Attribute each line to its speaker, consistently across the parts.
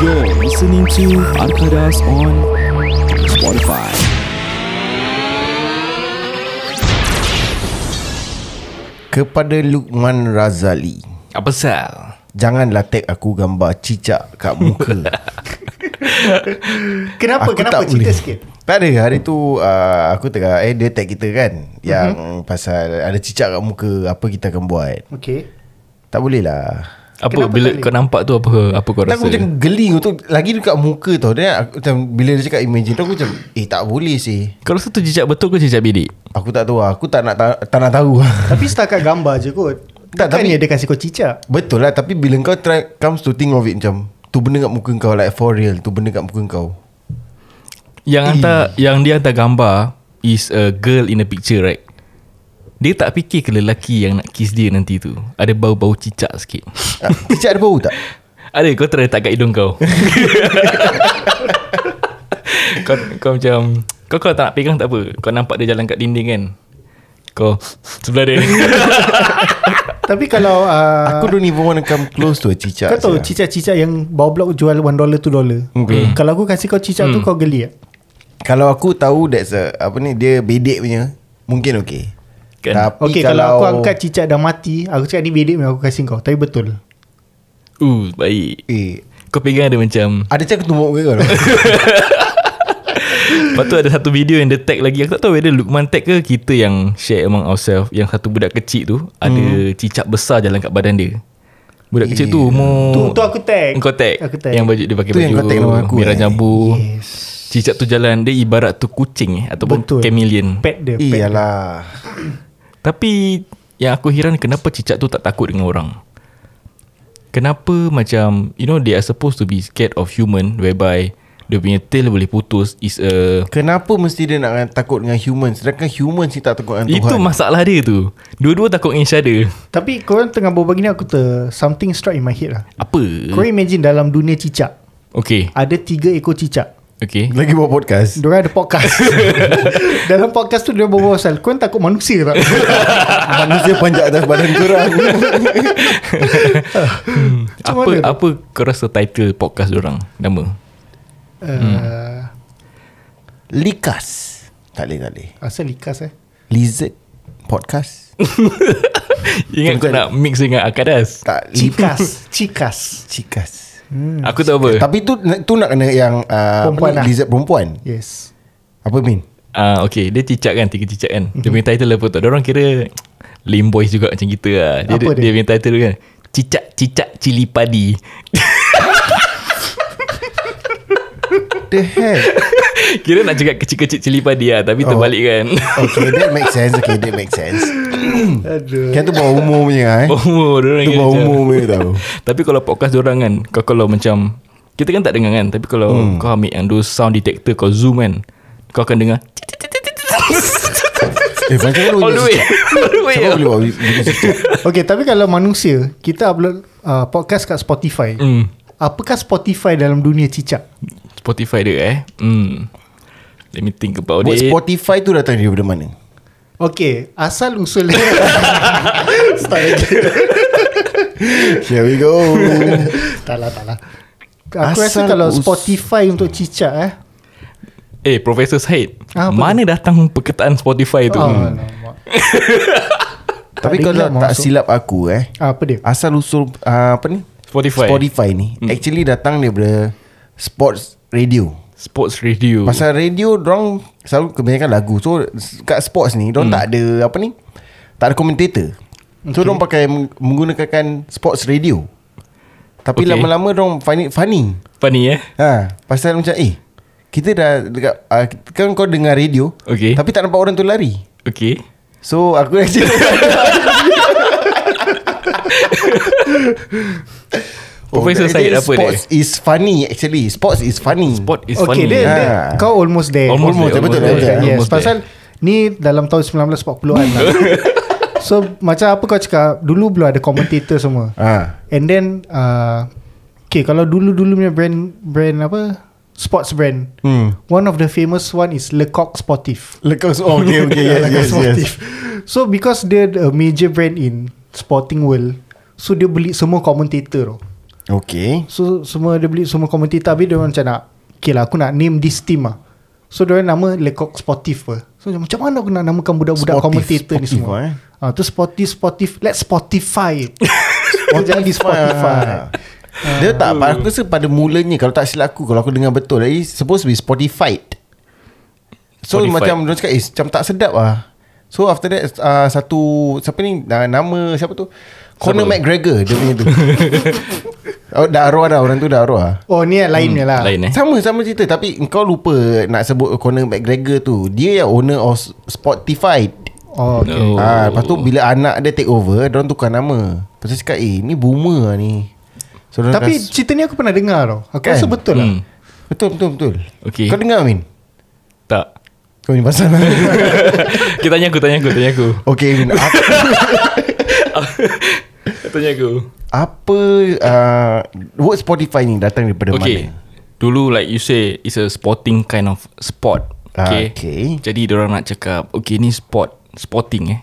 Speaker 1: You're listening to Arkadas on Spotify.
Speaker 2: Kepada Lukman Razali
Speaker 3: Apa sal?
Speaker 2: Janganlah tag aku gambar cicak kat muka
Speaker 4: Kenapa?
Speaker 2: Aku
Speaker 4: kenapa?
Speaker 2: tak
Speaker 4: Cerita
Speaker 2: boleh.
Speaker 4: sikit.
Speaker 2: Tak ada hari tu uh, Aku tengah Eh dia tag kita kan
Speaker 4: Mhm.
Speaker 2: Yang pasal Ada cicak kat muka Apa kita akan buat
Speaker 4: Okay.
Speaker 2: Tak boleh lah
Speaker 3: Apa
Speaker 4: Kenapa
Speaker 3: bila
Speaker 4: tak
Speaker 3: kau nampak tu apa apa kau
Speaker 2: Tak
Speaker 3: rasa?
Speaker 2: aku macam geli tu Lagi dekat muka tau Dia aku, macam Bila dia cakap imagine tu Aku macam Eh tak boleh sih
Speaker 3: Kau rasa tu jejak betul ke jejak bidik?
Speaker 2: Aku tak tahu lah. Aku tak nak, ta- tak nak tahu
Speaker 4: Tapi setakat gambar je
Speaker 2: Tak,
Speaker 4: kot. Tak,
Speaker 2: tapi-
Speaker 4: Bukannya dia kasih kau cicak.
Speaker 2: Betul lah Tapi bila kau try Comes to think of it macam Tu benda kat muka kau Like for real Tu benda kat muka kau
Speaker 3: Yang hantar yang dia hantar gambar is a girl in a picture right? Dia tak fikir ke lelaki yang nak kiss dia nanti tu Ada bau-bau cicak sikit
Speaker 2: Ah, Cicak ada bau tak?
Speaker 3: Ada kau try tak kat hidung kau kau, kau macam Kau kalau tak nak pegang tak apa Kau nampak dia jalan kat dinding kan Kau sebelah dia
Speaker 4: Tapi kalau uh,
Speaker 2: Aku don't even want to come close to a cicak
Speaker 4: kau tahu
Speaker 2: sia.
Speaker 4: cicak-cicak yang bawah blok jual $1 $2.
Speaker 2: Okay.
Speaker 4: Hmm. Kalau aku kasih kau cicak
Speaker 2: Hmm.
Speaker 4: tu kau geli tak?
Speaker 2: Kalau aku tahu That's a Apa ni Dia bedek punya Mungkin okay
Speaker 3: Kan?
Speaker 2: Tapi
Speaker 4: Okay, kalau, aku angkat cicak dah mati, aku cakap ni bedek memang aku kasih kau. Tapi betul.
Speaker 3: Uh baik
Speaker 2: Eh
Speaker 3: Kau pegang dia macam
Speaker 2: Ada cakap tumbuk ke kau
Speaker 3: Lepas tu ada satu video yang dia tag lagi Aku tak tahu whether Lukman tag ke Kita yang share among ourselves Yang satu budak kecil tu Ada
Speaker 4: Hmm.
Speaker 3: cicak besar jalan kat badan dia Budak kecil tu umur
Speaker 4: Tu, tu aku tag.
Speaker 3: Kau tag,
Speaker 4: Aku tag.
Speaker 3: Yang baju dia pakai
Speaker 2: Tu
Speaker 3: baju
Speaker 2: Hmm. yang kau tag nama aku,
Speaker 3: Merah
Speaker 2: eh.
Speaker 3: jambu
Speaker 4: Yes.
Speaker 3: Cicak tu jalan Dia ibarat tu kucing eh, Ataupun
Speaker 4: Betul.
Speaker 3: chameleon
Speaker 4: Pet dia.
Speaker 2: Eh,
Speaker 4: Pet.
Speaker 2: Iyalah
Speaker 3: Tapi Yang aku heran Kenapa cicak tu tak takut dengan orang Kenapa macam You know they are supposed to be scared of human Whereby Dia punya tail boleh putus Is a
Speaker 2: Kenapa mesti dia nak takut dengan human Sedangkan human sih tak takut dengan Tuhan
Speaker 3: Itu masalah dia tu Dua-dua takut dengan each other
Speaker 4: Tapi korang tengah berbual gini aku ter something strike in my head lah.
Speaker 3: Apa?
Speaker 2: Hmm.
Speaker 4: Kau imagine dalam dunia cicak,
Speaker 3: Okay
Speaker 4: ada tiga ekor cicak.
Speaker 3: Okay
Speaker 2: Lagi buat podcast
Speaker 4: Diorang ada podcast Dalam podcast tu Diorang berbual pasal Korang takut manusia tak
Speaker 2: Manusia panjat atas badan korang
Speaker 4: Macam
Speaker 3: Apa
Speaker 4: mana tu?
Speaker 3: apa kau rasa title podcast orang Nama
Speaker 4: uh,
Speaker 2: Likas Tak boleh tak boleh
Speaker 4: Asal likas eh
Speaker 2: Lizard Podcast
Speaker 3: Ingat kau nak mix dengan Akadas
Speaker 2: Tak li-
Speaker 4: Cikas Cikas
Speaker 2: Cikas
Speaker 4: Hmm.
Speaker 3: Aku tak apa
Speaker 2: Tapi tu tu nak kena yang uh,
Speaker 4: Perempuan
Speaker 2: apa ni,
Speaker 4: lah.
Speaker 2: Lizard perempuan
Speaker 4: Yes
Speaker 2: Apa Min?
Speaker 3: Ah Okay dia cicak kan Tiga cicak kan
Speaker 4: Mhm.
Speaker 3: Dia punya title apa tu Diorang kira Lame boys juga macam kita lah Dia,
Speaker 4: Apa
Speaker 3: dia?
Speaker 4: dia?
Speaker 3: dia punya title kan Cicak-cicak cili padi
Speaker 2: The heck
Speaker 3: Kira nak cakap kecil-kecil cili padi lah Tapi
Speaker 4: Oh.
Speaker 3: terbalik kan
Speaker 2: Okay Oh, that makes sense Okay that makes sense
Speaker 4: Aduh
Speaker 2: Kan tu bawah umur punya eh
Speaker 3: Oh diorang
Speaker 2: Tu
Speaker 3: kira
Speaker 2: bawah
Speaker 3: macam-
Speaker 2: umur punya tau
Speaker 3: Tapi kalau podcast orang kan Kau kalau macam Kita kan tak dengar kan Tapi kalau hmm. kau ambil yang Those sound detector Kau zoom kan Kau akan dengar
Speaker 2: Eh macam mana
Speaker 3: All the way All the way eh.
Speaker 2: Siapa boleh buat bunyi cicak?
Speaker 4: Okay tapi kalau manusia Kita upload uh, podcast kat Spotify
Speaker 3: hmm.
Speaker 4: Apakah Spotify dalam dunia cicak
Speaker 3: Spotify dia eh hmm. Let me think about
Speaker 2: Buat
Speaker 3: it
Speaker 2: Spotify tu datang daripada mana?
Speaker 4: Okay Asal usul dia Style je.
Speaker 2: Here we go
Speaker 4: Tak lah tak lah Aku rasa
Speaker 2: Asal
Speaker 4: kalau
Speaker 2: us-
Speaker 4: Spotify untuk cicak eh
Speaker 3: Eh Professor Syed
Speaker 4: Ah, apa
Speaker 3: Mana datang perkataan Spotify tu
Speaker 4: Oh,
Speaker 3: hmm.
Speaker 4: alamak.
Speaker 2: Tapi
Speaker 4: ada
Speaker 2: kalau
Speaker 4: ingat
Speaker 2: tak
Speaker 4: masuk.
Speaker 2: silap aku eh
Speaker 4: Ah, Apa dia?
Speaker 2: Asal usul uh, Apa ni?
Speaker 3: Spotify.
Speaker 2: Spotify ni hmm. Actually datang daripada Sports radio
Speaker 3: Sports radio
Speaker 2: Pasal radio Diorang selalu kebanyakan lagu So s- kat sports ni Diorang hmm. tak ada Apa ni Tak ada komentator So diorang pakai meng- Menggunakan sports radio Tapi
Speaker 3: Okay.
Speaker 2: lama-lama diorang find it funny
Speaker 3: Funny eh
Speaker 2: ha, Pasal macam eh Kita dah dekat, uh, Kan kau dengar radio
Speaker 3: Okay.
Speaker 2: Tapi tak nampak orang tu lari
Speaker 3: Okay
Speaker 2: So aku actually
Speaker 3: Professor
Speaker 2: actually,
Speaker 3: Syed apa dia?
Speaker 2: Oh, Sports is funny actually Sports is funny
Speaker 3: Sport is
Speaker 4: okay,
Speaker 3: funny eh?
Speaker 4: dia, dia,
Speaker 2: Ah.
Speaker 4: kau almost there.
Speaker 3: Almost
Speaker 2: Almost,
Speaker 3: there,
Speaker 2: betul, betul,
Speaker 3: almost there,
Speaker 2: betul.
Speaker 4: yes,
Speaker 3: almost
Speaker 4: pasal
Speaker 3: there.
Speaker 4: ni dalam tahun 1940-an lah. so macam apa kau cakap, dulu belum ada commentator semua.
Speaker 2: ha.
Speaker 4: And then uh, okay, kalau dulu-dulu punya brand brand apa? Sports brand.
Speaker 2: Hmm
Speaker 4: One of the famous one is Lecoq Sportif.
Speaker 2: Lekos oh, Okay okay yes,
Speaker 4: Lecoq
Speaker 2: yes, yes.
Speaker 4: Sportif. So because dia a major brand in sporting world, so dia beli semua commentator tau.
Speaker 2: Okay
Speaker 4: So semua dia beli Semua komentator Habis dia orang macam nak Okay lah aku nak name this team lah So dia orang nama Lecoq Sportif lah. So macam macam mana aku nak namakan budak-budak
Speaker 2: Sportif,
Speaker 4: komentator
Speaker 2: sportif
Speaker 4: ni semua
Speaker 2: lah, eh.
Speaker 4: Ah tu sportif sportif let's Spotify. Sportif jadi
Speaker 2: lah.
Speaker 4: Spotify.
Speaker 2: Dia tak Aku rasa pada mulanya Kalau tak silap aku Kalau aku dengar betul Lagi supposed to be Spotify So Spotify.
Speaker 3: Spotify.
Speaker 2: macam Dia cakap Eh macam tak sedap lah So after that uh, Satu Siapa ni uh, Nama siapa tu Conor
Speaker 3: Siapa?
Speaker 2: McGregor Dia punya tu oh, Dah arwah dah Orang tu dah arwah
Speaker 4: Oh ni yang lain ni lah.
Speaker 3: Lain eh
Speaker 2: Sama sama cerita Tapi kau lupa Nak sebut Conor McGregor tu Dia yang owner of Spotify
Speaker 4: Oh okay.
Speaker 3: No.
Speaker 2: Ah, lepas tu bila anak dia take over, dia orang tukar nama. Lepas tu cakap, "Eh, ni boomer lah ni." So, dorang
Speaker 4: Tapi
Speaker 2: kas-
Speaker 4: cerita ni aku pernah dengar tau. Aku
Speaker 2: Kan?
Speaker 4: rasa betul lah.
Speaker 3: Hmm.
Speaker 2: betul betul betul.
Speaker 3: Okey.
Speaker 2: Kau dengar Min?
Speaker 3: Tak
Speaker 2: Kau ni pasal. lah.
Speaker 3: Okay tanya aku Tanya aku Tanya aku
Speaker 2: Okey Min. Apa,
Speaker 3: Tanya aku
Speaker 2: apa uh, word Spotify ni datang daripada
Speaker 3: Okay
Speaker 2: mana?
Speaker 3: Dulu like you say It's a sporting kind of sport
Speaker 2: Ah,
Speaker 3: Okay,
Speaker 2: okay.
Speaker 3: Jadi orang nak cakap Okay ni sport Sporting eh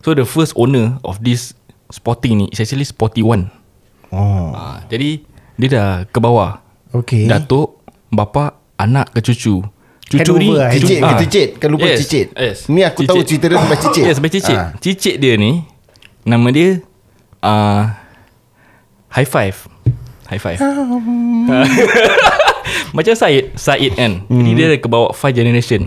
Speaker 3: So the first owner Of this Sporting ni Is actually Sporty One
Speaker 2: Oh.
Speaker 3: ah, Jadi Dia dah ke bawah
Speaker 2: Okey.
Speaker 3: Datuk Bapa Anak ke cucu Cucu
Speaker 4: Handover
Speaker 3: ni
Speaker 4: lah,
Speaker 2: Kan Cicit
Speaker 3: cucu-
Speaker 2: ke
Speaker 3: ah.
Speaker 2: cicit? Kau Kan lupa
Speaker 3: yes,
Speaker 2: cicit.
Speaker 3: yes.
Speaker 2: Ni aku tahu cerita dia sampai cicit.
Speaker 3: Yes Ya, sampai cicit
Speaker 2: Ah.
Speaker 3: Cicit dia ni Nama dia uh, High five High five Macam Syed Syed kan mm. Jadi dia ada kebawa 5 generation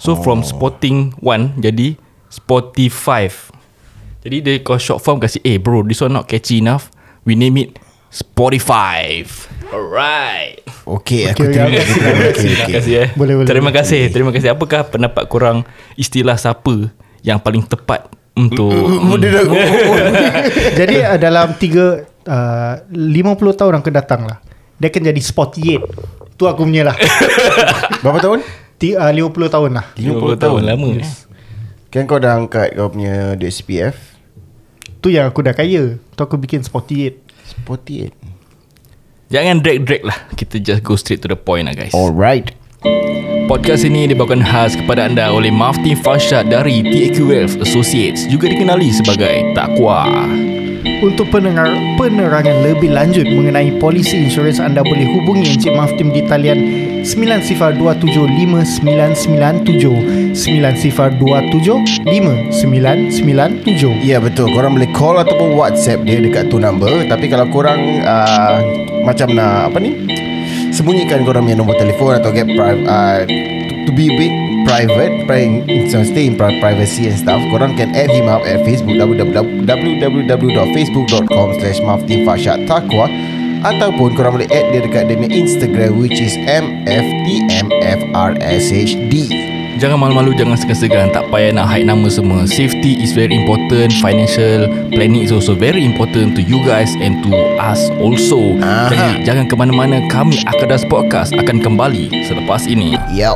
Speaker 3: So oh. from Sporting 1 Jadi Sporty 5 Jadi dia kau short form kasi Eh bro this one not catchy enough We name it Sporty 5 Alright
Speaker 2: Okey, aku
Speaker 4: Okey,
Speaker 2: terima kasih. Okey,
Speaker 3: Terima
Speaker 4: okey,
Speaker 2: okey.
Speaker 3: kasih eh.
Speaker 4: Boleh, boleh,
Speaker 3: Terima kasih. Terima kasih. Apakah pendapat korang istilah siapa yang paling tepat untuk
Speaker 2: Dia dah
Speaker 4: Jadi uh, dalam 3 uh, 50 tahun akan datang lah. Dia akan jadi Spotiate. Tu aku punya lah.
Speaker 2: berapa tahun?
Speaker 4: Ti, uh, 50 tahun lah.
Speaker 3: 50 tahun lama.
Speaker 2: Kan kau dah angkat kau punya duit CPF
Speaker 4: Tu yang aku dah kaya. Tu aku bikin Spotiate.
Speaker 2: Spotify.
Speaker 3: Jangan drag-drag lah. Kita just go straight to the point lah guys.
Speaker 2: Alright
Speaker 3: Podcast ini dibawakan khas kepada anda oleh Mafti Farshad dari TQF Associates juga dikenali sebagai Takwa.
Speaker 4: Untuk pendengar penerangan lebih lanjut mengenai polisi insurans anda boleh hubungi Encik Maftim di talian 90275997 90275997.
Speaker 2: Ya betul Korang boleh call Ataupun whatsapp dia Dekat tu number Tapi kalau korang uh, Macam nak Apa ni Sembunyikan korang punya Nombor telefon Atau get pri- uh, to, to be a bit Private pri- so Stay in pri- privacy and stuff Korang can add him up At Facebook www.facebook.com Slash Mafti Farshad Taqwa Ataupun korang boleh add dia Dekat dia punya Instagram Which is MFTMFRSHD
Speaker 3: Jangan malu-malu, jangan segan-segan. Tak payah nak hide nama semua. Safety is very important. Financial planning is also very important to you guys and to us also.
Speaker 2: Aha.
Speaker 3: Jadi, jangan ke mana-mana. Kami Akadas Podcast akan kembali selepas ini.
Speaker 2: Yup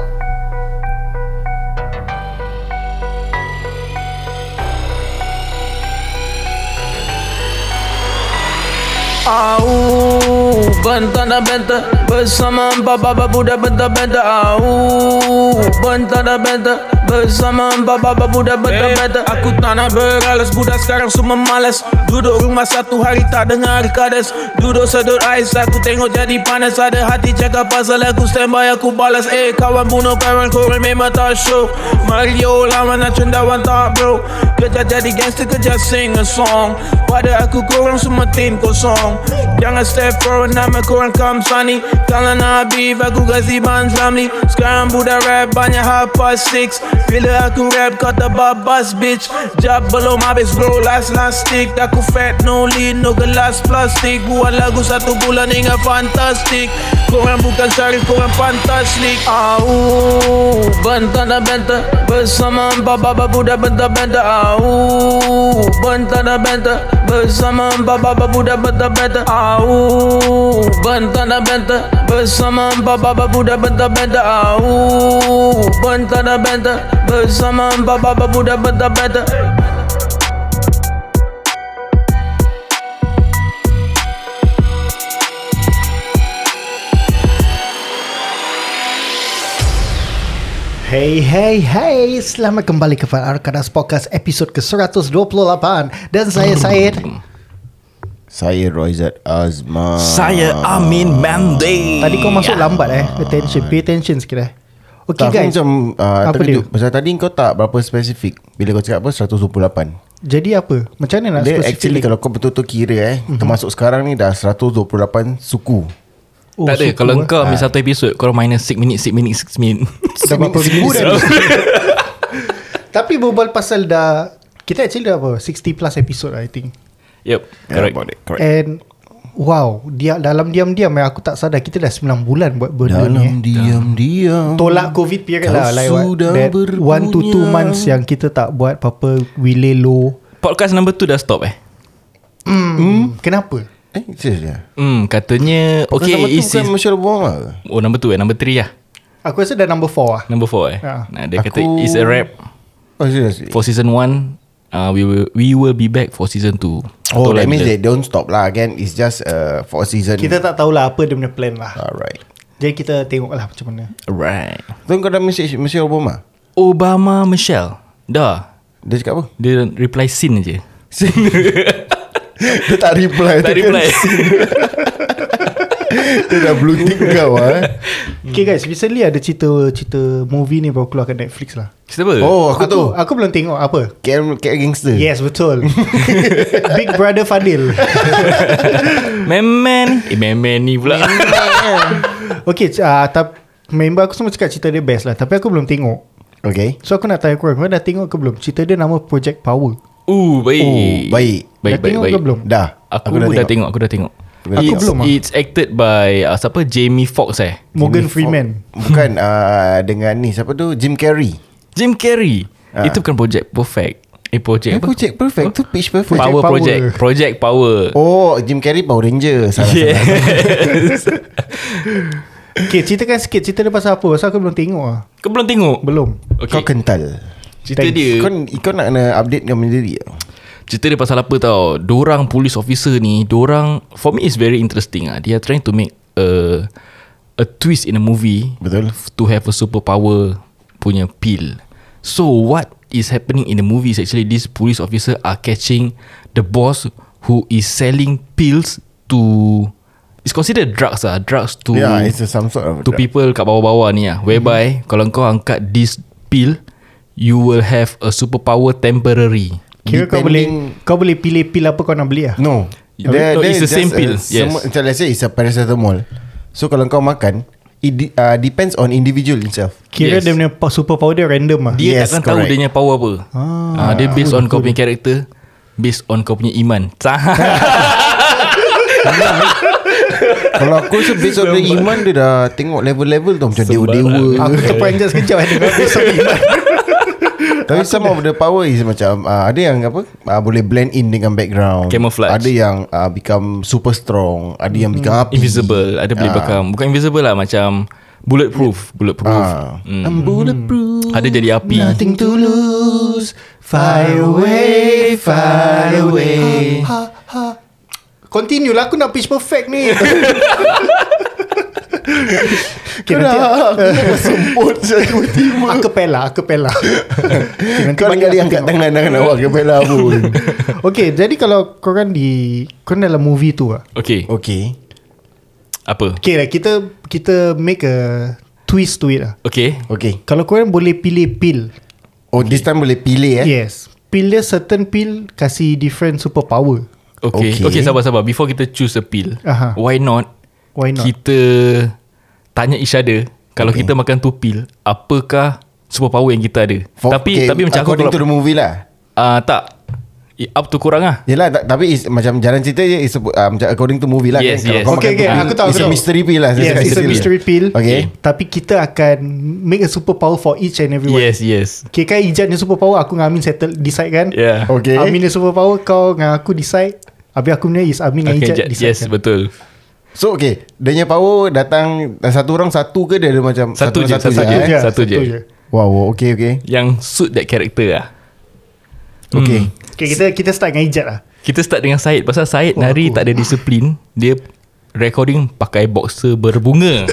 Speaker 5: Au Bentar dan bentar Bersama empat baba budak bentar-bentar Au Bentar dan bentar Bersama empat baba budak bentar-bentar Eh, Aku tak nak beralas Budak sekarang semua malas Duduk rumah satu hari tak dengar kades Duduk sedut ais Aku tengok jadi panas Ada hati cakap pasal aku standby Aku balas Eh kawan bunuh kawan korang memang tak show Mario lawan nak cendawan tak bro Kerja jadi gangster kerja sing a song Pada aku korang semua tim kosong Jangan step forward nama korang come sunny Kalau nak beef aku kasi ban Zamli Sekarang budak rap banyak half past six Bila aku rap kau tak babas bitch Job belum habis bro last last stick Aku fat no lean no gelas plastik Buat lagu satu bulan hingga fantastik Korang bukan syarif korang pantas leak Au Bentar dan bentar Bersama empat baba budak bentar-bentar Au Bentar dan bentar Bersama empat baba budak bentar-bentar Au Bentar dan bentar Bersama empat baba budak bentar-bentar Au Bentar dan bentar Bersama empat baba budak bentar-bentar
Speaker 4: Hey hey hey, selamat kembali kepada Arkadas Podcast episod ke-128 dan saya Syed
Speaker 2: Saya Roizat Azman
Speaker 3: Saya Amin Mandy.
Speaker 4: Tadi kau masuk lambat eh Attention Pay attention sikit eh Okay
Speaker 2: tak,
Speaker 4: guys
Speaker 2: guys macam uh,
Speaker 4: Apa
Speaker 2: terkejut
Speaker 4: dia?
Speaker 2: Pasal tadi kau tak berapa spesifik Bila kau cakap apa 128
Speaker 4: Jadi apa Macam mana nak
Speaker 2: Dia
Speaker 4: specific
Speaker 2: actually
Speaker 4: link?
Speaker 2: kalau kau betul-betul kira eh
Speaker 4: Mhm.
Speaker 2: mm-hmm. Termasuk sekarang ni dah 128 suku
Speaker 4: oh,
Speaker 3: tak ada
Speaker 4: suku,
Speaker 3: Kalau
Speaker 4: eh.
Speaker 3: kau ambil satu episod Kau minus 6 minit 6 minit 6 minit
Speaker 4: Dah berapa minit Tapi berbual pasal dah Kita actually dah apa 60 plus episode I think
Speaker 3: Yep Correct
Speaker 2: correct.
Speaker 4: And Wow dia, Dalam diam-diam eh, Aku tak sadar Kita dah 9 bulan buat benda ni eh.
Speaker 2: Dalam diam-diam
Speaker 4: Tolak covid period
Speaker 2: Kau
Speaker 4: lah like what,
Speaker 2: sudah
Speaker 4: That 1 to 2
Speaker 2: berdunia.
Speaker 4: months Yang kita tak buat apa-apa We lay low
Speaker 3: Podcast number 2 dah stop eh
Speaker 4: mm.
Speaker 2: Hmm?
Speaker 4: Kenapa?
Speaker 2: Eh serius ya
Speaker 3: Hmm Katanya Okay
Speaker 2: Nama tu
Speaker 3: is
Speaker 2: bukan Masyarakat Buang lah
Speaker 3: Oh number 2 eh Number 3 lah
Speaker 4: Aku rasa dah number 4
Speaker 2: Hmm.
Speaker 4: lah
Speaker 3: Number 4 eh
Speaker 4: Ah.
Speaker 3: nah, Dia kata
Speaker 2: Aku-
Speaker 3: It's a wrap
Speaker 2: Oh serius
Speaker 3: For season 1 uh, we, will, we will be back for season 2
Speaker 2: Oh that means they don't stop lah again It's just uh, for a season
Speaker 4: Kita tak tahulah Apa dia punya plan lah
Speaker 2: Alright
Speaker 4: Jadi kita tengok lah macam mana
Speaker 2: Hmm.
Speaker 3: Right
Speaker 2: Tu kau dah message Malaysia Obama
Speaker 3: Obama Michelle Dah
Speaker 2: Dia cakap apa?
Speaker 3: Dia reply sin je
Speaker 2: Dia tak reply
Speaker 3: Tak reply
Speaker 2: Dia dah blue tick kau eh.
Speaker 4: Okay guys Recently ada cerita Cerita movie ni Baru keluar kat Netflix lah
Speaker 3: Siapa?
Speaker 2: Oh aku
Speaker 4: Aku
Speaker 2: tu Eh.
Speaker 4: Aku belum tengok apa
Speaker 2: KM, KM Gangster
Speaker 4: Yes betul Big Brother Fadil
Speaker 3: Memen Eh Memen ni pula
Speaker 4: Okay uh, tap, Member aku semua cakap cerita dia best lah Tapi aku belum tengok
Speaker 2: Okay
Speaker 4: So aku nak tanya korang Korang dah tengok ke belum Cerita dia nama Project Power
Speaker 3: Uh baik
Speaker 2: Oh, baik.
Speaker 3: Baik
Speaker 4: Dah
Speaker 3: baik
Speaker 4: tengok
Speaker 3: baik
Speaker 4: ke belum?
Speaker 2: Dah
Speaker 3: Aku, aku dah, tengok. Aku dah tengok
Speaker 2: Aku dah
Speaker 3: it's,
Speaker 4: tengok. belum ah.
Speaker 3: It's acted by uh, Siapa Jamie Foxx eh
Speaker 4: Morgan Freeman
Speaker 2: Bukan uh, Dengan ni Siapa tu Jim Carrey
Speaker 3: Jim Carrey
Speaker 2: Ah.
Speaker 3: Itu bukan Project Perfect Eh Project
Speaker 2: Eh,
Speaker 3: apa?
Speaker 2: Project Perfect tu Pitch Perfect
Speaker 3: Power,
Speaker 4: Project
Speaker 3: Project
Speaker 4: Power.
Speaker 3: Project Power
Speaker 2: Oh Jim Carrey Power Ranger Salah yeah.
Speaker 3: Yes
Speaker 4: Okay ceritakan sikit Cerita dia pasal apa Pasal aku belum tengok lah
Speaker 3: Kau belum tengok?
Speaker 4: Belum
Speaker 2: okay. Kau
Speaker 3: Okay
Speaker 2: kental
Speaker 3: Cerita
Speaker 4: Thanks.
Speaker 3: dia
Speaker 2: kau, kau nak kena update kau punya diri tau.
Speaker 3: Cerita dia pasal apa tau Dorang police officer ni Dorang For me is very interesting ah. They are trying to make a, a twist in a movie
Speaker 2: Betul
Speaker 3: to have a superpower punya pill. So what is happening in the movie is actually these police officer are catching the boss who is selling pills to it's considered drugs ah drugs to
Speaker 2: Yeah it's a, some sort of
Speaker 3: to people kat bawah-bawah ni ah whereby kalau kau angkat this pill you will have a superpower temporary.
Speaker 4: Kira kau boleh
Speaker 2: Depending-
Speaker 4: Kau boleh pilih pil apa kau nak beli lah
Speaker 2: No
Speaker 3: No, Oh, no, it's the
Speaker 2: just
Speaker 3: same
Speaker 2: a
Speaker 3: pill. Yes.
Speaker 2: Semua, macam let's say It's a paracetamol So kalau kau makan It de- uh, depends on individual itself
Speaker 4: Kira
Speaker 3: Yes.
Speaker 4: dia punya po- super power dia random lah
Speaker 3: Dia
Speaker 2: Yes,
Speaker 3: yes, takkan correct.
Speaker 2: correct.
Speaker 3: tahu dia punya power apa. Ah, ah dia based on kau punya character, based on kau punya iman.
Speaker 2: Kalau aku so based on the iman Dia dah tengok level-level tu Macam
Speaker 4: Aku
Speaker 2: dewa-dewa
Speaker 4: terperanjat sekejap eh, Dengan besok iman
Speaker 2: Tapi some of the power is macam uh, Ada yang apa uh, Boleh blend in dengan background
Speaker 3: Camouflage.
Speaker 2: Ada yang uh, become super strong Ada yang
Speaker 4: Hmm.
Speaker 2: become api
Speaker 3: Invisible Ada boleh become Bukan invisible lah Macam Bulletproof Bulletproof
Speaker 2: Ah.
Speaker 3: hmm. I'm bulletproof Ada jadi api
Speaker 4: Nothing to lose Fly away Fly away ha, ha. Continue lah Aku nak pitch perfect ni Okay,
Speaker 2: Kena
Speaker 4: nanti,
Speaker 2: Aku nak bersemput saya tiba-tiba
Speaker 4: aku pela Aku pela okay, nanti
Speaker 2: Kau
Speaker 4: balik
Speaker 2: kali
Speaker 4: aku
Speaker 2: angkat
Speaker 4: tengok.
Speaker 2: tangan Dengan awak kepala lah, pun
Speaker 4: Okay jadi kalau korang di Korang dalam movie tu lah
Speaker 3: Okay
Speaker 2: Okay
Speaker 3: Apa
Speaker 4: Okay lah kita Kita make a Twist to it lah
Speaker 3: Okay
Speaker 2: Okay
Speaker 4: Kalau korang boleh pilih pil
Speaker 2: Oh this time boleh pilih eh
Speaker 4: Yes Pil dia certain pil Kasih different superpower
Speaker 3: Okay
Speaker 2: Okay.
Speaker 3: Okay, sabar sabar Before kita choose a pill
Speaker 4: Aha.
Speaker 3: Why not
Speaker 4: Why not?
Speaker 3: Kita Tanya each other Kalau kita makan tu pill Apakah Superpower yang kita ada
Speaker 2: For-
Speaker 3: Tapi tapi macam aku
Speaker 2: According to the
Speaker 3: kalau,
Speaker 2: movie lah
Speaker 3: uh, Tak It Up to korang lah
Speaker 2: Yelah tak, tapi is, macam jalan cerita je is, uh, macam according to movie lah
Speaker 3: Yes,
Speaker 2: kan.
Speaker 3: yes.
Speaker 2: Kalau kau makan
Speaker 4: Okay, okay,
Speaker 2: tu pill,
Speaker 4: aku tahu,
Speaker 2: It's a
Speaker 4: aku tahu.
Speaker 2: mystery pill lah.
Speaker 4: Yes, it's a
Speaker 3: Mystery
Speaker 4: mystery pill. Mm.
Speaker 2: Okay.
Speaker 4: Tapi kita akan make a superpower for each and everyone.
Speaker 3: Yes yes
Speaker 4: Okay, kan Ijat ni superpower, aku dengan Amin settle, decide kan?
Speaker 3: Yeah
Speaker 2: Okay.
Speaker 4: Amin ni superpower, kau dengan aku decide. Habis aku punya is Amin dengan
Speaker 3: Okay,
Speaker 4: Ijat
Speaker 3: Jad,
Speaker 4: decide. kan?
Speaker 3: yes betul
Speaker 2: So okay, dia punya power datang dan satu orang satu ke dia ada macam
Speaker 3: Satu je,
Speaker 2: orang
Speaker 3: satu
Speaker 4: Ya,
Speaker 3: je.
Speaker 2: eh?
Speaker 3: Yeah. Satu je.
Speaker 2: Wow, wow, okay, okay.
Speaker 3: Yang suit that character lah Mm.
Speaker 2: Okay.
Speaker 4: Okay, kita kita start dengan Ijat lah.
Speaker 3: Kita start dengan Syed Pasal Syed
Speaker 4: Oh,
Speaker 3: oh, hari
Speaker 4: aku.
Speaker 3: tak ada disiplin Dia recording pakai boxer berbunga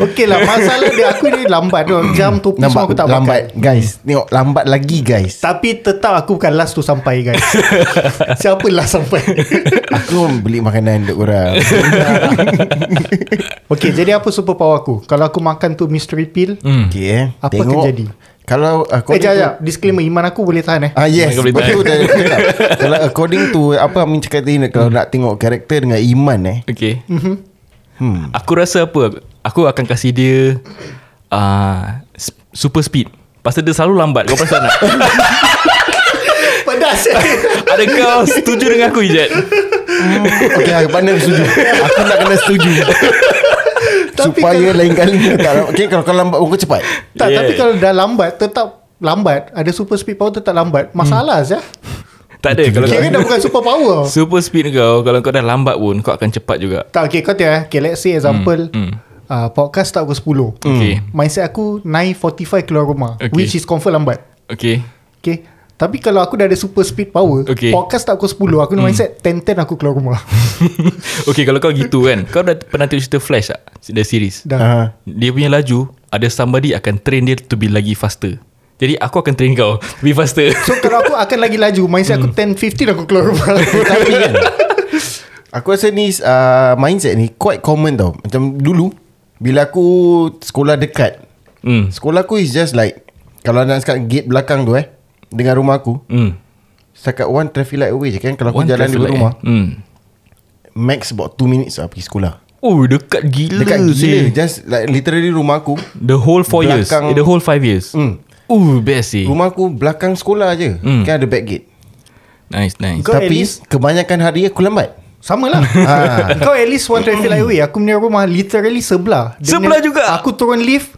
Speaker 4: Okey lah Masalah dia aku ni lambat tu Jam tu pun
Speaker 2: Nampak
Speaker 4: semua aku tak
Speaker 2: lambat
Speaker 4: pakai
Speaker 2: guys. Tengok lambat lagi guys.
Speaker 4: Tapi tetap aku bukan last tu sampai guys Siapa last sampai
Speaker 2: Aku beli makanan untuk orang.
Speaker 4: Okey jadi apa superpower aku Kalau aku makan tu mystery pill
Speaker 2: Okey eh.
Speaker 4: Apa akan
Speaker 2: Tengok.
Speaker 4: jadi?
Speaker 2: Kalau according
Speaker 4: Eh
Speaker 2: to-
Speaker 4: jap jap Disclaimer iman aku boleh tahan eh
Speaker 2: Ah yes
Speaker 3: Mereka boleh
Speaker 2: Betul dah Kalau according to Apa Amin cakap tadi ni, Kalau nak tengok karakter Dengan iman eh
Speaker 3: Okay
Speaker 4: Mm-hmm.
Speaker 3: hmm. Aku rasa apa Aku akan kasih dia uh, Super speed Pasal dia selalu lambat Kau perasan tak
Speaker 4: Pedas
Speaker 3: Ada kau setuju dengan aku Ijat
Speaker 2: Okay aku pandai setuju Aku nak kena setuju
Speaker 4: Tapi
Speaker 2: Supaya
Speaker 4: kalau-
Speaker 2: lain kali tak, Okay kalau kau lambat Kau cepat
Speaker 4: Tak
Speaker 3: Yeah.
Speaker 4: tapi kalau dah lambat Tetap lambat Ada super speed power tetap lambat Masalah hmm.
Speaker 3: Tak ada Kalau
Speaker 4: Kira dah
Speaker 3: kau
Speaker 4: bukan super power
Speaker 3: Super speed kau Kalau kau dah lambat pun Kau akan cepat juga
Speaker 4: Tak okay kau tengok eh Okay let's say example
Speaker 3: hmm.
Speaker 4: Uh, Podcast start pukul 10
Speaker 3: Okay.
Speaker 4: Mindset aku 9.45 keluar rumah
Speaker 3: Okay.
Speaker 4: Which is confirm lambat
Speaker 3: Okay
Speaker 4: Okay Tapi kalau aku dah ada super speed power
Speaker 3: Okay. Hmm.
Speaker 4: Podcast start pukul 10 Aku nak mindset 10.10 aku keluar rumah
Speaker 3: Okay kalau kau gitu kan Kau dah pernah tengok cerita Flash tak The series
Speaker 4: Dah
Speaker 2: uh,
Speaker 3: Dia punya laju Ada somebody akan train dia To be lagi faster Jadi aku akan train kau To be faster
Speaker 4: So kalau aku akan lagi laju Mindset
Speaker 3: Hmm.
Speaker 4: aku 10.15 aku keluar rumah
Speaker 2: Tapi kan Aku rasa ni uh, Mindset ni Quite common tau Macam dulu Bila aku Sekolah dekat
Speaker 3: Hmm
Speaker 2: Sekolah aku is just like Kalau nak sekarang Gate belakang tu eh Dengan rumah aku
Speaker 3: Hmm
Speaker 2: Setakat one traffic light away je kan Kalau aku
Speaker 3: One
Speaker 2: jalan
Speaker 3: traffic
Speaker 2: dari
Speaker 3: light,
Speaker 2: rumah
Speaker 3: eh. Hmm
Speaker 2: Max about 2 minutes lah pergi sekolah
Speaker 4: Hmm,
Speaker 3: Oh dekat gila
Speaker 2: Dekat gila
Speaker 3: seh.
Speaker 2: Just like literally rumah aku
Speaker 3: The whole 4 years
Speaker 2: Belakang-
Speaker 3: eh, The whole 5 years
Speaker 2: Hmm.
Speaker 3: Oh best sih
Speaker 2: Rumah aku belakang sekolah je
Speaker 3: Hmm.
Speaker 2: Kan ada back gate
Speaker 3: Nice nice
Speaker 4: Kau at
Speaker 2: Tapi
Speaker 4: least-
Speaker 2: kebanyakan hari aku lambat
Speaker 4: Sama lah
Speaker 2: Ah.
Speaker 4: Kau at least one traffic light away Aku punya rumah literally sebelah Dia
Speaker 3: Sebelah
Speaker 4: punya-
Speaker 3: juga?
Speaker 4: Aku turun lift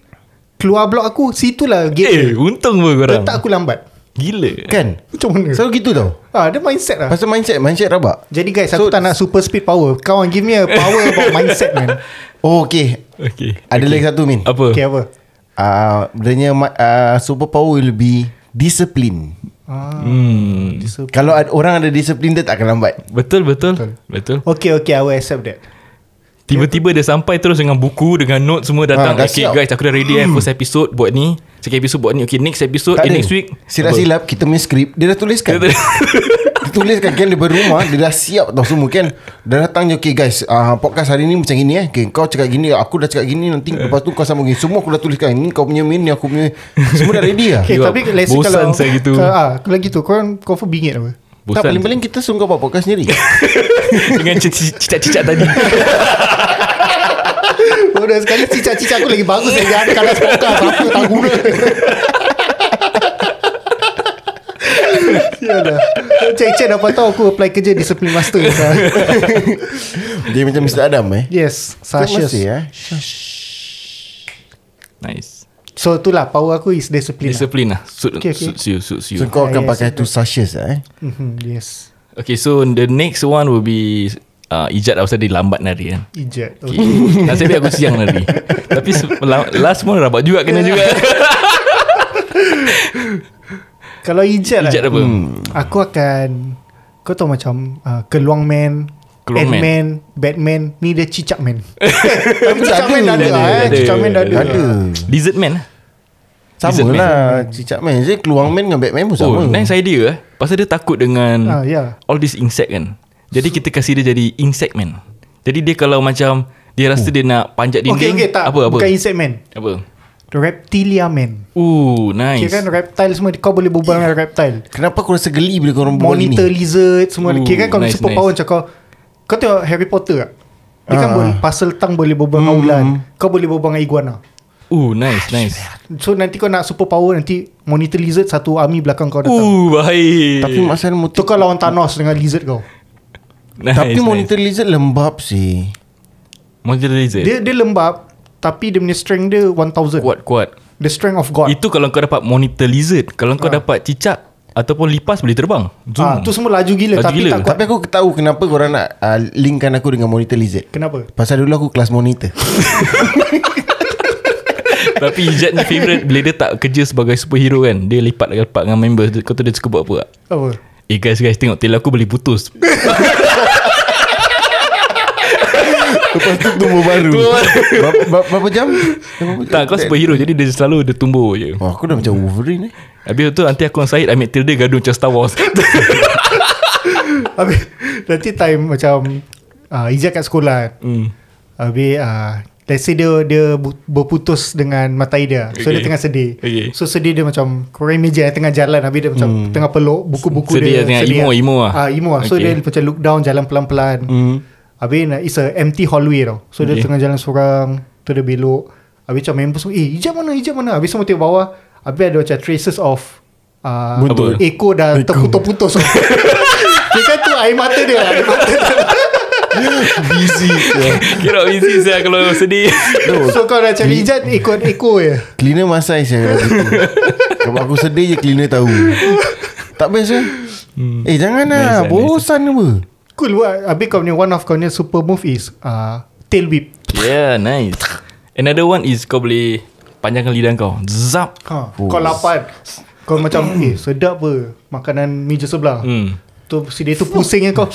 Speaker 4: Keluar blok aku Situlah
Speaker 3: Eh
Speaker 4: gate dia.
Speaker 3: untung pun korang
Speaker 4: Tetap aku lambat
Speaker 3: Gila
Speaker 2: Kan
Speaker 4: Macam mana so,
Speaker 2: Selalu gitu tau
Speaker 3: Ha?
Speaker 4: ah, Dia mindset lah
Speaker 2: Pasal mindset Mindset rabak
Speaker 4: Jadi guys aku
Speaker 2: So-
Speaker 4: tak nak super speed power Kau give me a power about mindset man
Speaker 2: Oh okay
Speaker 3: Okay
Speaker 2: Ada lagi satu Min
Speaker 3: Apa
Speaker 4: Okay apa
Speaker 2: Ah, Dia uh, uh, Super power will be Discipline
Speaker 3: hmm.
Speaker 2: Kalau ada, orang ada discipline Dia tak akan lambat
Speaker 3: Betul betul Betul
Speaker 4: Okay okay I will accept that
Speaker 3: Tiba-tiba dia sampai terus Dengan buku Dengan note semua datang
Speaker 2: dah
Speaker 3: Okay
Speaker 2: Ah, siap. Hmm.
Speaker 3: guys aku dah ready eh First episode buat ni Second episode buat ni Okay next episode eh,
Speaker 2: ada.
Speaker 3: Next week Apa?
Speaker 2: Silap-silap Kita punya skrip Dia dah tuliskan
Speaker 3: Dia
Speaker 2: Dia,
Speaker 3: dah-
Speaker 2: tuliskan Kan dia berumah Dia dah siap tau semua kan Dah datang je Okay guys uh, Podcast hari ni macam gini eh okay, Kau cakap gini Aku dah cakap gini Nanti lepas tu kau sama gini Semua aku dah tuliskan Ni kau punya main Ni aku punya Semua dah ready lah
Speaker 4: Okay
Speaker 3: Yo,
Speaker 4: tapi let's say
Speaker 3: bosan
Speaker 4: kalau
Speaker 3: saya gitu.
Speaker 4: kalau, ah, kalau gitu Korang confirm bingit apa
Speaker 2: Tak
Speaker 3: Bosan
Speaker 2: paling-paling kita suruh kau buat podcast sendiri
Speaker 3: Dengan cic- cic- cicak-cicak tadi
Speaker 4: Oh dah sekali cicak-cicak aku lagi bagus Lagi ada kalau sekolah Apa tak guna Ya dah Cek-cek dapat tahu Aku apply kerja Discipline master
Speaker 2: Dia macam Mr. Adam eh
Speaker 4: Yes
Speaker 2: Sasha
Speaker 4: Sashes
Speaker 2: eh
Speaker 3: Nice
Speaker 4: So itulah Power aku is discipline
Speaker 3: Disiplin
Speaker 4: Discipline
Speaker 3: lah Suit, okay,
Speaker 4: Okay, okay.
Speaker 3: okay. suits you Suits you
Speaker 2: So kau akan
Speaker 4: Ah, yes,
Speaker 2: pakai tu sashes eh
Speaker 4: Mhm, Yes
Speaker 3: Okay so the next one will be uh, Ijat lah pasal dia lambat nari kan
Speaker 4: Ijat
Speaker 3: Okay.
Speaker 4: okay.
Speaker 3: Nasib baik aku siang nari Tapi se- la- last pun rabat juga Kena juga
Speaker 4: Kalau ijat lah
Speaker 3: Ijat apa
Speaker 4: Aku akan Kau tahu macam uh, Keluang man
Speaker 3: Keluang Man.
Speaker 4: Keluang man Batman Ni dia cicak man Tapi cicak man dah ada
Speaker 2: Ada,
Speaker 4: lah eh.
Speaker 3: ada,
Speaker 4: Cicak man dah ada
Speaker 2: Ada
Speaker 3: Lizard Man Lizard
Speaker 2: Sama
Speaker 3: Man.
Speaker 2: lah Cicak man Jadi keluang man dengan Batman pun sama
Speaker 3: Oh nice idea eh Pasal dia takut
Speaker 4: Ah,
Speaker 3: dengan
Speaker 4: ya.
Speaker 3: All this insect kan Jadi kita kasih dia jadi Insect man Jadi dia kalau macam Dia rasa dia nak panjat
Speaker 4: Oh. Okay,
Speaker 3: dinding
Speaker 4: okay, tak.
Speaker 3: Apa apa
Speaker 4: Bukan insect man.
Speaker 3: Apa
Speaker 4: Reptilia man.
Speaker 3: Ooh nice
Speaker 4: Kira kan reptile semua kau boleh berbual dengan reptile.
Speaker 2: Kenapa aku rasa geli bila korang berbual ni
Speaker 4: Monitor lizard semua.
Speaker 3: Ooh,
Speaker 4: Kira kan kau
Speaker 3: nice,
Speaker 4: nice, super power
Speaker 3: nice.
Speaker 4: macam kau kau tengok Harry Potter tak? Dia kan
Speaker 2: Ah.
Speaker 4: boleh pasal tang boleh
Speaker 3: Hmm.
Speaker 4: berbual dengan ular. Kau boleh berbual dengan iguana.
Speaker 3: Ooh nice nice
Speaker 4: So nanti kau nak super power nanti monitor lizard satu army belakang kau datang.
Speaker 3: Ooh baik
Speaker 2: Tapi masalah
Speaker 4: Tu
Speaker 2: monitor
Speaker 4: kau lawan Thanos dengan lizard kau.
Speaker 3: nice,
Speaker 2: Tapi
Speaker 3: nice.
Speaker 2: monitor lizard lembab sih
Speaker 3: Monitor lizard
Speaker 4: Dia dia lembab tapi dia punya strength dia 1000.
Speaker 3: Kuat-kuat
Speaker 4: The strength of god.
Speaker 3: Itu kalau kau dapat monitor lizard Kalau kau dapat cicak Ataupun lipas boleh terbang Zoom
Speaker 4: Ah, tu semua laju
Speaker 3: Laju
Speaker 4: gila tapi
Speaker 3: gila.
Speaker 4: tak kuat.
Speaker 2: Tapi aku tahu kenapa korang nak uh, Linkkan aku dengan monitor lizard
Speaker 4: Kenapa?
Speaker 2: Pasal dulu aku kelas monitor
Speaker 3: Tapi Ijat ni favourite Bila dia tak kerja sebagai superhero kan Dia lipat-lipat dengan member Kau tu dia suka buat apa tak?
Speaker 4: Apa?
Speaker 3: Eh guys guys tengok Tela aku boleh putus
Speaker 2: tu tumbuh baru
Speaker 3: Tumbuh baru.
Speaker 2: Berapa- berapa- Berapa jam? Berapa jam?
Speaker 3: Tak kau superhero Jadi dia selalu Dia tumbuh je
Speaker 2: Wah, Oh, aku dah macam Wolverine eh.
Speaker 3: Habis tu nanti aku dengan Syed Ambil tilde gaduh macam Star Wars
Speaker 4: Habis Nanti time macam uh, Ijaz kat sekolah
Speaker 3: Hmm.
Speaker 4: Habis uh, Let's say dia Dia bu- berputus Dengan matai dia So
Speaker 3: Okay.
Speaker 4: dia tengah sedih
Speaker 3: Okay. Hmm.
Speaker 4: So sedih dia macam Korang imagine eh, Tengah jalan Habis dia macam Tengah peluk Buku-buku
Speaker 3: Sedih
Speaker 4: dia
Speaker 3: lah, tengah emo, emo lah.
Speaker 4: Ah, Emo lah So
Speaker 3: Okay.
Speaker 4: dia macam look down Jalan pelan-pelan Habis na- It's a empty hallway tau So dia
Speaker 3: Okay.
Speaker 4: tengah jalan seorang Tu dia belok Habis macam member semua Eh hijab mana hijab mana Habis semua tengok bawah Habis ada macam traces of uh,
Speaker 2: Buntut.
Speaker 4: Ekor dah terputus-putus Kira tu air mata dia lah, Air mata dia
Speaker 2: Busy.
Speaker 3: Kira busy saya Kalau sedih
Speaker 4: So kau dah cari hijab Ikut ekor je
Speaker 2: cleaner masai saya kat situ. Kalau aku sedih je cleaner tahu. Tak best eh?
Speaker 3: Hmm.
Speaker 2: Eh jangan lah
Speaker 3: Nice, nice.
Speaker 2: Bosan apa
Speaker 4: Cool buat Habis kau punya One of kau punya super move is uh, Tail whip
Speaker 3: Yeah nice Another one is Kau boleh Panjangkan lidah kau Zap
Speaker 4: ha, Kau lapar Kau macam Eh sedap apa Makanan meja sebelah
Speaker 3: Hmm.
Speaker 4: Tu si dia tu pusing je kau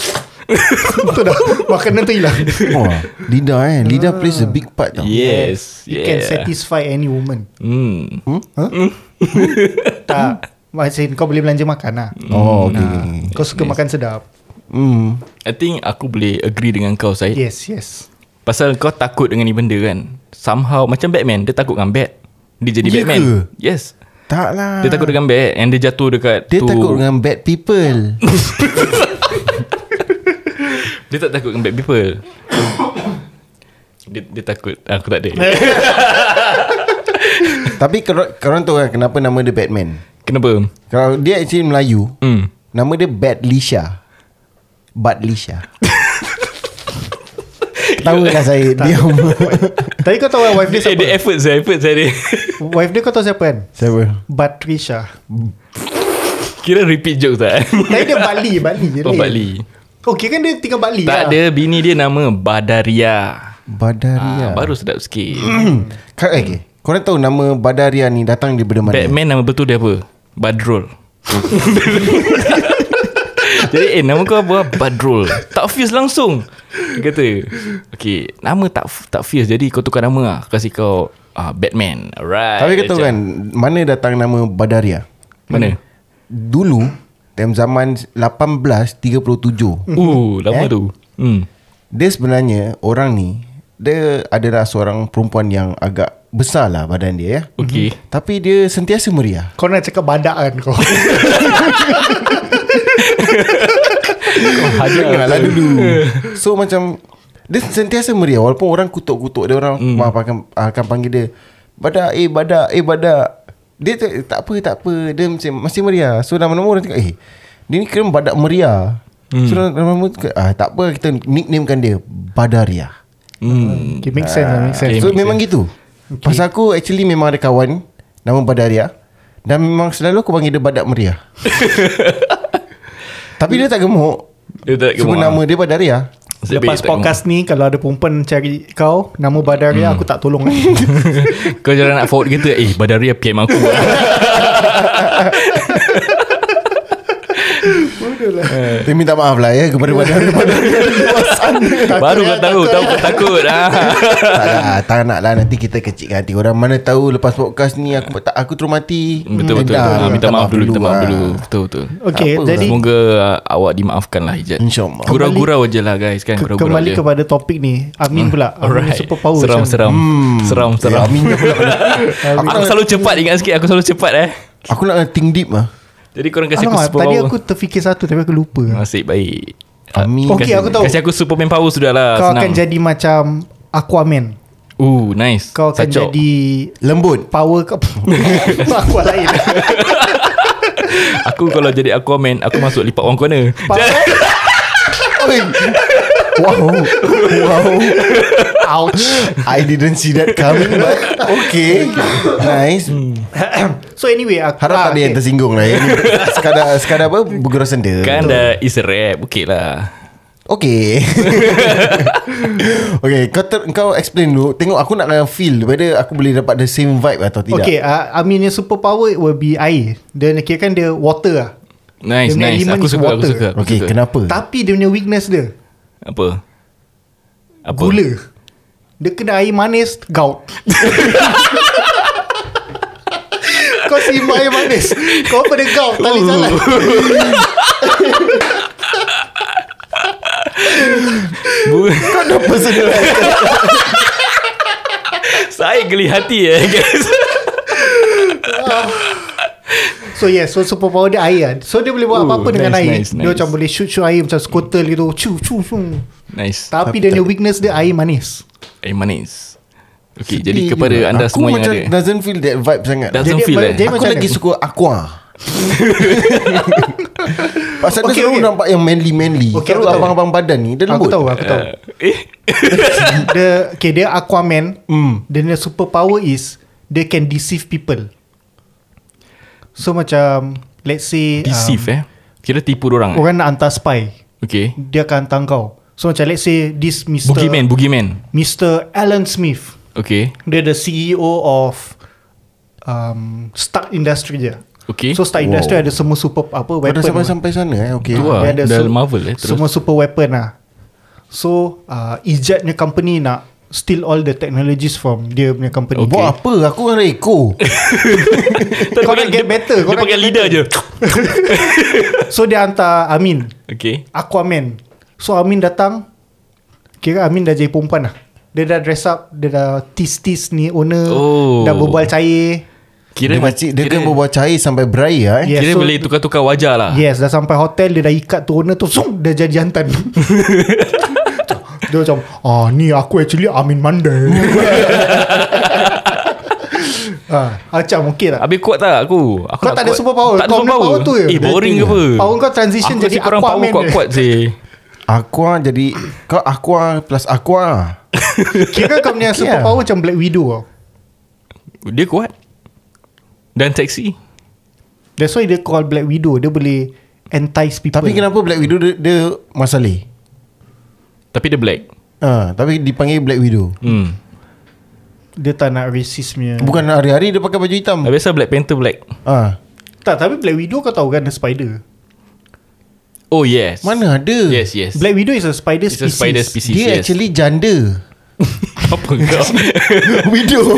Speaker 4: Tu dah Makanan tu hilang
Speaker 2: Wah, lidah eh Lidah plays a big part tau
Speaker 3: Yes
Speaker 4: You
Speaker 3: yeah.
Speaker 4: can satisfy any woman
Speaker 3: Hmm.
Speaker 4: Tak Maksudnya kau boleh belanja makan lah
Speaker 2: Oh
Speaker 3: Hmm.
Speaker 2: okay, okay.
Speaker 3: Mm.
Speaker 4: Kau suka makan sedap
Speaker 2: Hmm.
Speaker 3: I think aku boleh agree dengan kau Syed
Speaker 4: Yes yes
Speaker 3: Pasal kau takut dengan ni benda kan Somehow Macam Batman Dia takut dengan bat Dia jadi
Speaker 2: Ya
Speaker 3: Batman
Speaker 2: ke?
Speaker 3: Yes
Speaker 2: Tak lah
Speaker 3: Dia takut dengan bat And dia jatuh dekat
Speaker 2: Dia
Speaker 3: tu
Speaker 2: takut dengan bad people
Speaker 3: Dia tak takut dengan bad people dia, dia takut Ah, Aku tak ada
Speaker 2: Tapi kor- korang tahu kan Kenapa nama dia Batman
Speaker 3: Kenapa?
Speaker 2: Kalau dia actually Melayu
Speaker 3: Hmm.
Speaker 2: Nama dia Batlisha Batlisha Tahu kan saya Diam
Speaker 4: Tadi kau tahu wife dia
Speaker 3: Eh, dia
Speaker 4: siapa
Speaker 3: effort saya Effort saya dia
Speaker 4: Wife dia kau tahu siapa kan
Speaker 2: Siapa
Speaker 4: Batrisha
Speaker 3: Kira repeat jokes tak?
Speaker 4: Tadi dia Bali Bali je
Speaker 3: Oh
Speaker 4: lain.
Speaker 3: Bali
Speaker 4: Okay kan dia tinggal Bali
Speaker 2: Ya.
Speaker 3: Tak ada Bini dia nama Badaria
Speaker 2: Badaria
Speaker 3: Ah, Baru sedap sikit
Speaker 2: Kau eh, okay. Korang tahu nama Badaria ni datang daripada mana?
Speaker 3: Batman nama betul dia apa? Badrul Jadi eh nama kau apa? Badrul Tak fuse langsung Dia kata Okay Nama tak tak fuse Jadi kau tukar nama lah Aku Kasih kau ah, Batman Alright
Speaker 2: Tapi kau tahu kan mana datang nama Badaria?
Speaker 3: Mana?
Speaker 2: Dulu time zaman 1837.
Speaker 3: Uh lama
Speaker 2: Eh?
Speaker 3: tu hmm.
Speaker 2: Dia sebenarnya orang ni dia adalah seorang perempuan yang agak besar lah badan dia ya.
Speaker 3: Okay
Speaker 2: Tapi dia sentiasa meriah.
Speaker 4: Kau nak cakap badak kan kau
Speaker 2: Dengarlah lah dulu So macam Dia sentiasa meriah Walaupun orang kutuk-kutuk Dia orang mm. akan, akan panggil dia Badak eh badak eh badak Dia tak, tak apa tak apa Dia masih, masih meriah So lama-lama orang tengok Eh dia ni kira badak meriah mm. So lama-lama tengok, ah, Tak apa kita nicknamekan dia Badaria Mhm.
Speaker 3: Hmm.
Speaker 4: Okay make sense lah make sense
Speaker 3: Okay,
Speaker 2: So
Speaker 3: makes
Speaker 2: memang gitu okay. Pasal aku actually memang ada kawan Nama Badaria Dan memang selalu aku panggil dia badak meriah Tapi dia tak gemuk
Speaker 3: Dia tak ah.
Speaker 2: Cuma nama dia Badaria
Speaker 3: Sebab
Speaker 4: Lepas
Speaker 3: dia tak
Speaker 4: podcast ni Kalau ada perempuan cari kau Nama badaria
Speaker 3: Hmm.
Speaker 4: aku tak tolong
Speaker 3: Kau jangan nak forward kita Eh Badaria PM aku
Speaker 2: Saya minta maaf lah ya kepada badan-badan
Speaker 3: Baru kau tahu Tahu kau takut ah.
Speaker 2: tak lah, tak nak lah nanti kita kecilkan hati orang. Mana tahu lepas podcast ni aku tak aku terus mati.
Speaker 3: Mm, Betul
Speaker 2: Eh,
Speaker 3: betul.
Speaker 2: dah,
Speaker 3: betul. Minta maaf dulu, minta maaf
Speaker 2: lah.
Speaker 3: dulu. Betul betul.
Speaker 4: Okay
Speaker 2: Apa
Speaker 4: jadi
Speaker 3: Semoga uh, awak dimaafkan lah Hijat.
Speaker 2: InsyaAllah.
Speaker 3: Gurau-gurau je lah guys kan.
Speaker 4: ke-
Speaker 3: Gurau-gurau
Speaker 4: Kembali
Speaker 3: je.
Speaker 4: kepada topik ni Amin pula
Speaker 3: Hmm.
Speaker 4: Amin
Speaker 3: Alright.
Speaker 4: right. super power
Speaker 3: Seram seram.
Speaker 4: Hmm.
Speaker 3: Seram
Speaker 2: Ya,
Speaker 3: seram.
Speaker 2: Amin je pula.
Speaker 3: Aku, aku selalu cepat ingat sikit Aku selalu cepat eh
Speaker 2: Aku nak think deep lah.
Speaker 3: Jadi korang kasi
Speaker 4: Alamak,
Speaker 3: aku super
Speaker 4: tadi
Speaker 3: power
Speaker 4: aku terfikir satu Tapi aku lupa
Speaker 3: Nasib baik
Speaker 2: Amin.
Speaker 4: Okey,
Speaker 3: Kasi-
Speaker 4: aku tahu.
Speaker 3: Kasi aku superman power sudah lah
Speaker 4: Kau
Speaker 3: Senang
Speaker 4: akan jadi macam Aquaman
Speaker 3: Uh nice
Speaker 4: Kau akan
Speaker 3: Sacok.
Speaker 4: jadi
Speaker 2: Lembut.
Speaker 4: Power kau Power lain
Speaker 3: Aku kalau jadi Aquaman Aku masuk lipat orang corner
Speaker 2: Oi. Wow. Wow.
Speaker 4: Ouch
Speaker 2: I didn't see that coming but okay. Nice.
Speaker 3: Hmm.
Speaker 4: So anyway aku, Ah,
Speaker 2: Harap tak ada
Speaker 3: Ah,
Speaker 2: yang
Speaker 4: okay.
Speaker 2: tersinggung lah ya. Ni Sekadar, sekadar apa? Bergurau senda.
Speaker 3: Kan dah Is a rap Okay lah
Speaker 2: Okay Okay kau, ter, kau explain dulu Tengok aku nak kena feel Whether aku boleh dapat the same vibe atau tidak
Speaker 4: Okay uh, Aminnya super power Will be air Dia kira kan dia water lah
Speaker 3: Nice
Speaker 4: Dia punya
Speaker 3: nice
Speaker 4: element
Speaker 3: Aku
Speaker 4: is
Speaker 3: suka aku
Speaker 4: water.
Speaker 3: suka aku
Speaker 2: Okay
Speaker 3: suka.
Speaker 2: kenapa
Speaker 4: Tapi dia punya weakness dia
Speaker 3: Apa? Apa?
Speaker 4: Gula Dia kena air manis Gout Kau simak air manis Kau pada gout Tak
Speaker 3: Oh.
Speaker 4: boleh jalan
Speaker 3: Bu-
Speaker 2: Kau dah personalize
Speaker 3: Saya geli hati eh guys
Speaker 4: So yes So superpower dia air kan So dia boleh buat
Speaker 3: Ooh,
Speaker 4: apa-apa dengan
Speaker 3: Oh, nice,
Speaker 4: air
Speaker 3: nice,
Speaker 4: Dia
Speaker 3: nice.
Speaker 4: macam boleh shoot-shoot air Macam skuter gitu Chu chu chu
Speaker 3: Nice
Speaker 4: Tapi dia punya weakness dia air manis
Speaker 3: Air manis Okay jadi kepada anda
Speaker 2: Aku
Speaker 3: semua yang
Speaker 2: macam
Speaker 3: ada
Speaker 2: doesn't feel that vibe sangat
Speaker 3: Doesn't
Speaker 4: Jadi-
Speaker 3: feel eh
Speaker 4: jadi-
Speaker 2: Aku
Speaker 4: macam
Speaker 2: lagi
Speaker 4: mana?
Speaker 2: suka Aqua Pasal
Speaker 4: Okay,
Speaker 2: dia selalu
Speaker 4: okay.
Speaker 2: nampak yang manly-manly okay,
Speaker 4: Okay, aku tahu.
Speaker 2: abang-abang badan ni Dia
Speaker 4: Aku
Speaker 2: lembut
Speaker 4: tahu Aku tahu
Speaker 3: Eh
Speaker 4: Dia Okay dia Aquaman
Speaker 3: Hmm.
Speaker 4: mm. Dia punya superpower is Dia can deceive people So macam Let's say
Speaker 3: Deceive eh Kira tipu
Speaker 4: um,
Speaker 3: orang eh?
Speaker 4: Orang nak hantar spy
Speaker 3: Okay
Speaker 4: Dia akan hantar kau So macam let's say This Mr
Speaker 3: Boogeyman Boogeyman
Speaker 4: Mr. Alan Smith
Speaker 3: Okay
Speaker 4: Dia the CEO of um, Stark Industry dia
Speaker 3: Okay
Speaker 4: So Stark
Speaker 2: Wow.
Speaker 4: Industry ada semua super Apa
Speaker 2: Kau
Speaker 4: weapon
Speaker 2: dah sampai, sampai sana eh Okay
Speaker 3: Tu lah.
Speaker 4: Dia ada
Speaker 3: dah Marvel eh, terus.
Speaker 4: Semua super weapon lah So uh, Ijatnya company nak Steal all the technologies from Dia punya company
Speaker 2: Buat apa Aku kan orang Eko
Speaker 3: Tak, dia
Speaker 4: Kau
Speaker 3: panggil-
Speaker 4: nak get better
Speaker 3: Dia
Speaker 4: Kau nak
Speaker 3: pakai
Speaker 4: get
Speaker 3: lidah je
Speaker 4: So dia hantar Amin
Speaker 3: Okay
Speaker 4: Aquaman So Amin datang Kira Amin dah jadi perempuan lah Dia dah dress up Dia dah tis-tis ni owner
Speaker 3: Oh.
Speaker 4: Dah berbual cair
Speaker 2: Dia
Speaker 3: Kira
Speaker 2: macam Dia kan berbuat cair Sampai beraya eh
Speaker 4: Yeah,
Speaker 3: Kira
Speaker 4: so-
Speaker 3: boleh tukar-tukar wajah
Speaker 2: Ah.
Speaker 3: lah
Speaker 4: Yes dah sampai hotel Dia dah ikat tu owner tu Zoom Dah jadi jantan Dia macam Ah ni aku actually Amin Mandai ah, Macam okey tak
Speaker 3: Habis kuat tak aku? aku
Speaker 4: Kau
Speaker 3: nak
Speaker 4: tak ada
Speaker 3: kuat.
Speaker 4: superpower.
Speaker 3: Tak ada
Speaker 4: Kau punya
Speaker 3: superpower
Speaker 4: power tu je.
Speaker 3: Eh boring ke apa
Speaker 4: Power kau transition
Speaker 3: Aku
Speaker 4: jadi
Speaker 3: rasa korang power
Speaker 4: Aquaman je.
Speaker 3: kuat-kuat je
Speaker 2: Aqua jadi Kau Aqua plus Aqua
Speaker 4: Kira kau punya
Speaker 2: Okay
Speaker 4: superpower Macam Black Widow tau
Speaker 3: Dia kuat Dan seksi
Speaker 4: That's why dia call Black Widow Dia boleh Entice people
Speaker 2: Tapi kenapa Black Widow Dia, dia masalah
Speaker 3: Tapi dia black
Speaker 2: ha, Tapi dipanggil Black Widow
Speaker 3: hmm.
Speaker 4: Dia tak nak racist punya
Speaker 2: Bukan hari-hari dia pakai baju hitam
Speaker 3: Habis Black Panther black
Speaker 2: Ah,
Speaker 4: Tak tapi Black Widow kau tahu kan Dia spider
Speaker 3: Oh yes
Speaker 2: Mana ada
Speaker 3: Yes yes
Speaker 4: Black Widow is a spider
Speaker 3: It's a
Speaker 4: species
Speaker 3: spider species
Speaker 2: Dia
Speaker 3: yes.
Speaker 2: actually janda
Speaker 3: Apa kau
Speaker 2: Widow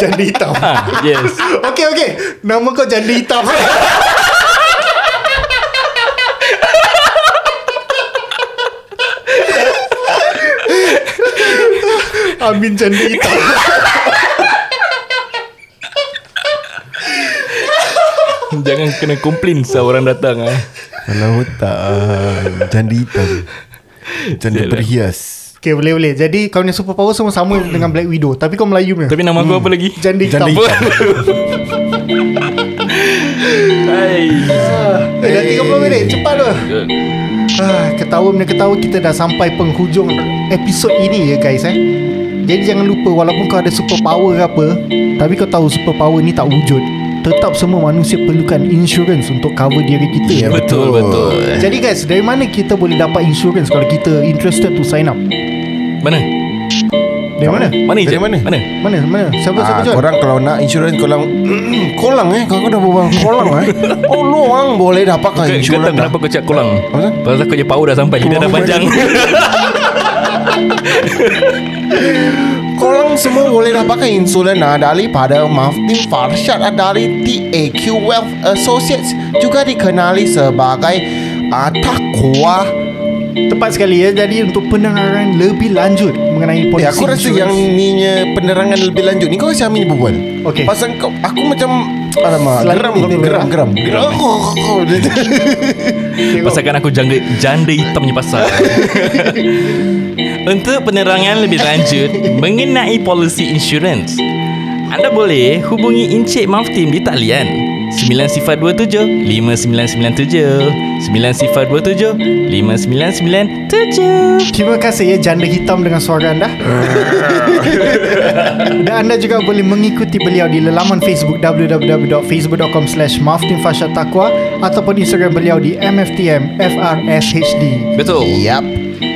Speaker 4: Janda hitam
Speaker 3: Ah, Yes
Speaker 4: Okay okay Nama kau janda hitam Amin janda hitam
Speaker 3: Jangan kena komplain Sebab orang datang eh.
Speaker 2: Kalau tak Janda hitam Janda
Speaker 3: Sial lah.
Speaker 2: perhias
Speaker 4: Okay boleh boleh Jadi kau punya superpower Semua sama dengan Black Widow Tapi kau Melayu punya
Speaker 3: Tapi nama aku
Speaker 2: Hmm.
Speaker 3: apa lagi
Speaker 4: Janda hitam
Speaker 2: Janda hitam.
Speaker 3: Hai
Speaker 4: Eh, Dah 30 minit Cepat tu Ah, ketawa punya ketawa kita dah sampai penghujung episod ini ya guys eh. Jadi jangan lupa walaupun kau ada super power ke apa, tapi kau tahu super power ni tak wujud. Tetap semua manusia perlukan insurans untuk cover diri kita ya.
Speaker 3: Betul betul
Speaker 4: Jadi guys, dari mana kita boleh dapat insurans kalau kita interested to sign up?
Speaker 3: Mana
Speaker 4: Dari mana?
Speaker 3: Mana
Speaker 2: Dari
Speaker 3: Ijat
Speaker 2: mana?
Speaker 3: Mana
Speaker 4: Mana? Mana? Siapa siapa
Speaker 2: Ah,
Speaker 4: jual?
Speaker 2: korang kalau nak insurans kolang kolang eh kau aku dah berbual kolang eh. Oh no orang boleh dah pakai
Speaker 3: Kau
Speaker 2: insurans.
Speaker 3: tak kenapa kau cakap kolang
Speaker 2: lah. Apa?
Speaker 3: Pasal kau je power dah sampai Lidah dah panjang
Speaker 2: Korang semua boleh dah pakai insulan ah, dari pada Maftin Farshad ah, dari TAQ Wealth Associates juga dikenali sebagai ah, Takwa.
Speaker 4: Tepat sekali ya. Jadi untuk penerangan lebih lanjut
Speaker 2: Eh,
Speaker 4: mengenai polisi
Speaker 2: aku rasa yang
Speaker 4: insurans.
Speaker 2: ni punya penerangan lebih lanjut ni kau kasi Amin berbual.
Speaker 4: Okey.
Speaker 2: Pasal kau aku macam alamak
Speaker 4: Selalu
Speaker 2: geram
Speaker 4: kita-
Speaker 2: geram geram. geram.
Speaker 3: Pasalkan aku jangga, janda hitam punya pasal Untuk penerangan lebih lanjut Mengenai polisi insurans Anda boleh hubungi Encik Maftim di talian 9 sifar 27 5997 9 sifar 27 5997
Speaker 4: Terima kasih ya janda hitam dengan suara anda. Dan anda juga boleh mengikuti beliau di laman Facebook www.facebook.com slash Takwa ataupun Instagram beliau di mftm frshd.
Speaker 3: Betul
Speaker 2: Yap.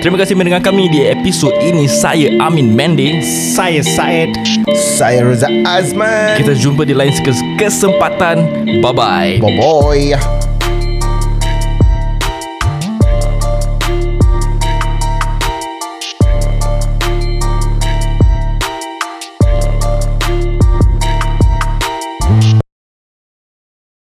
Speaker 3: Terima kasih mendengar kami di episod ini Saya Amin Mendes
Speaker 4: Saya Said.
Speaker 2: Saya Reza Azman.
Speaker 3: Kita jumpa di lain kes- kesempatan Bye-bye
Speaker 2: Bye bye.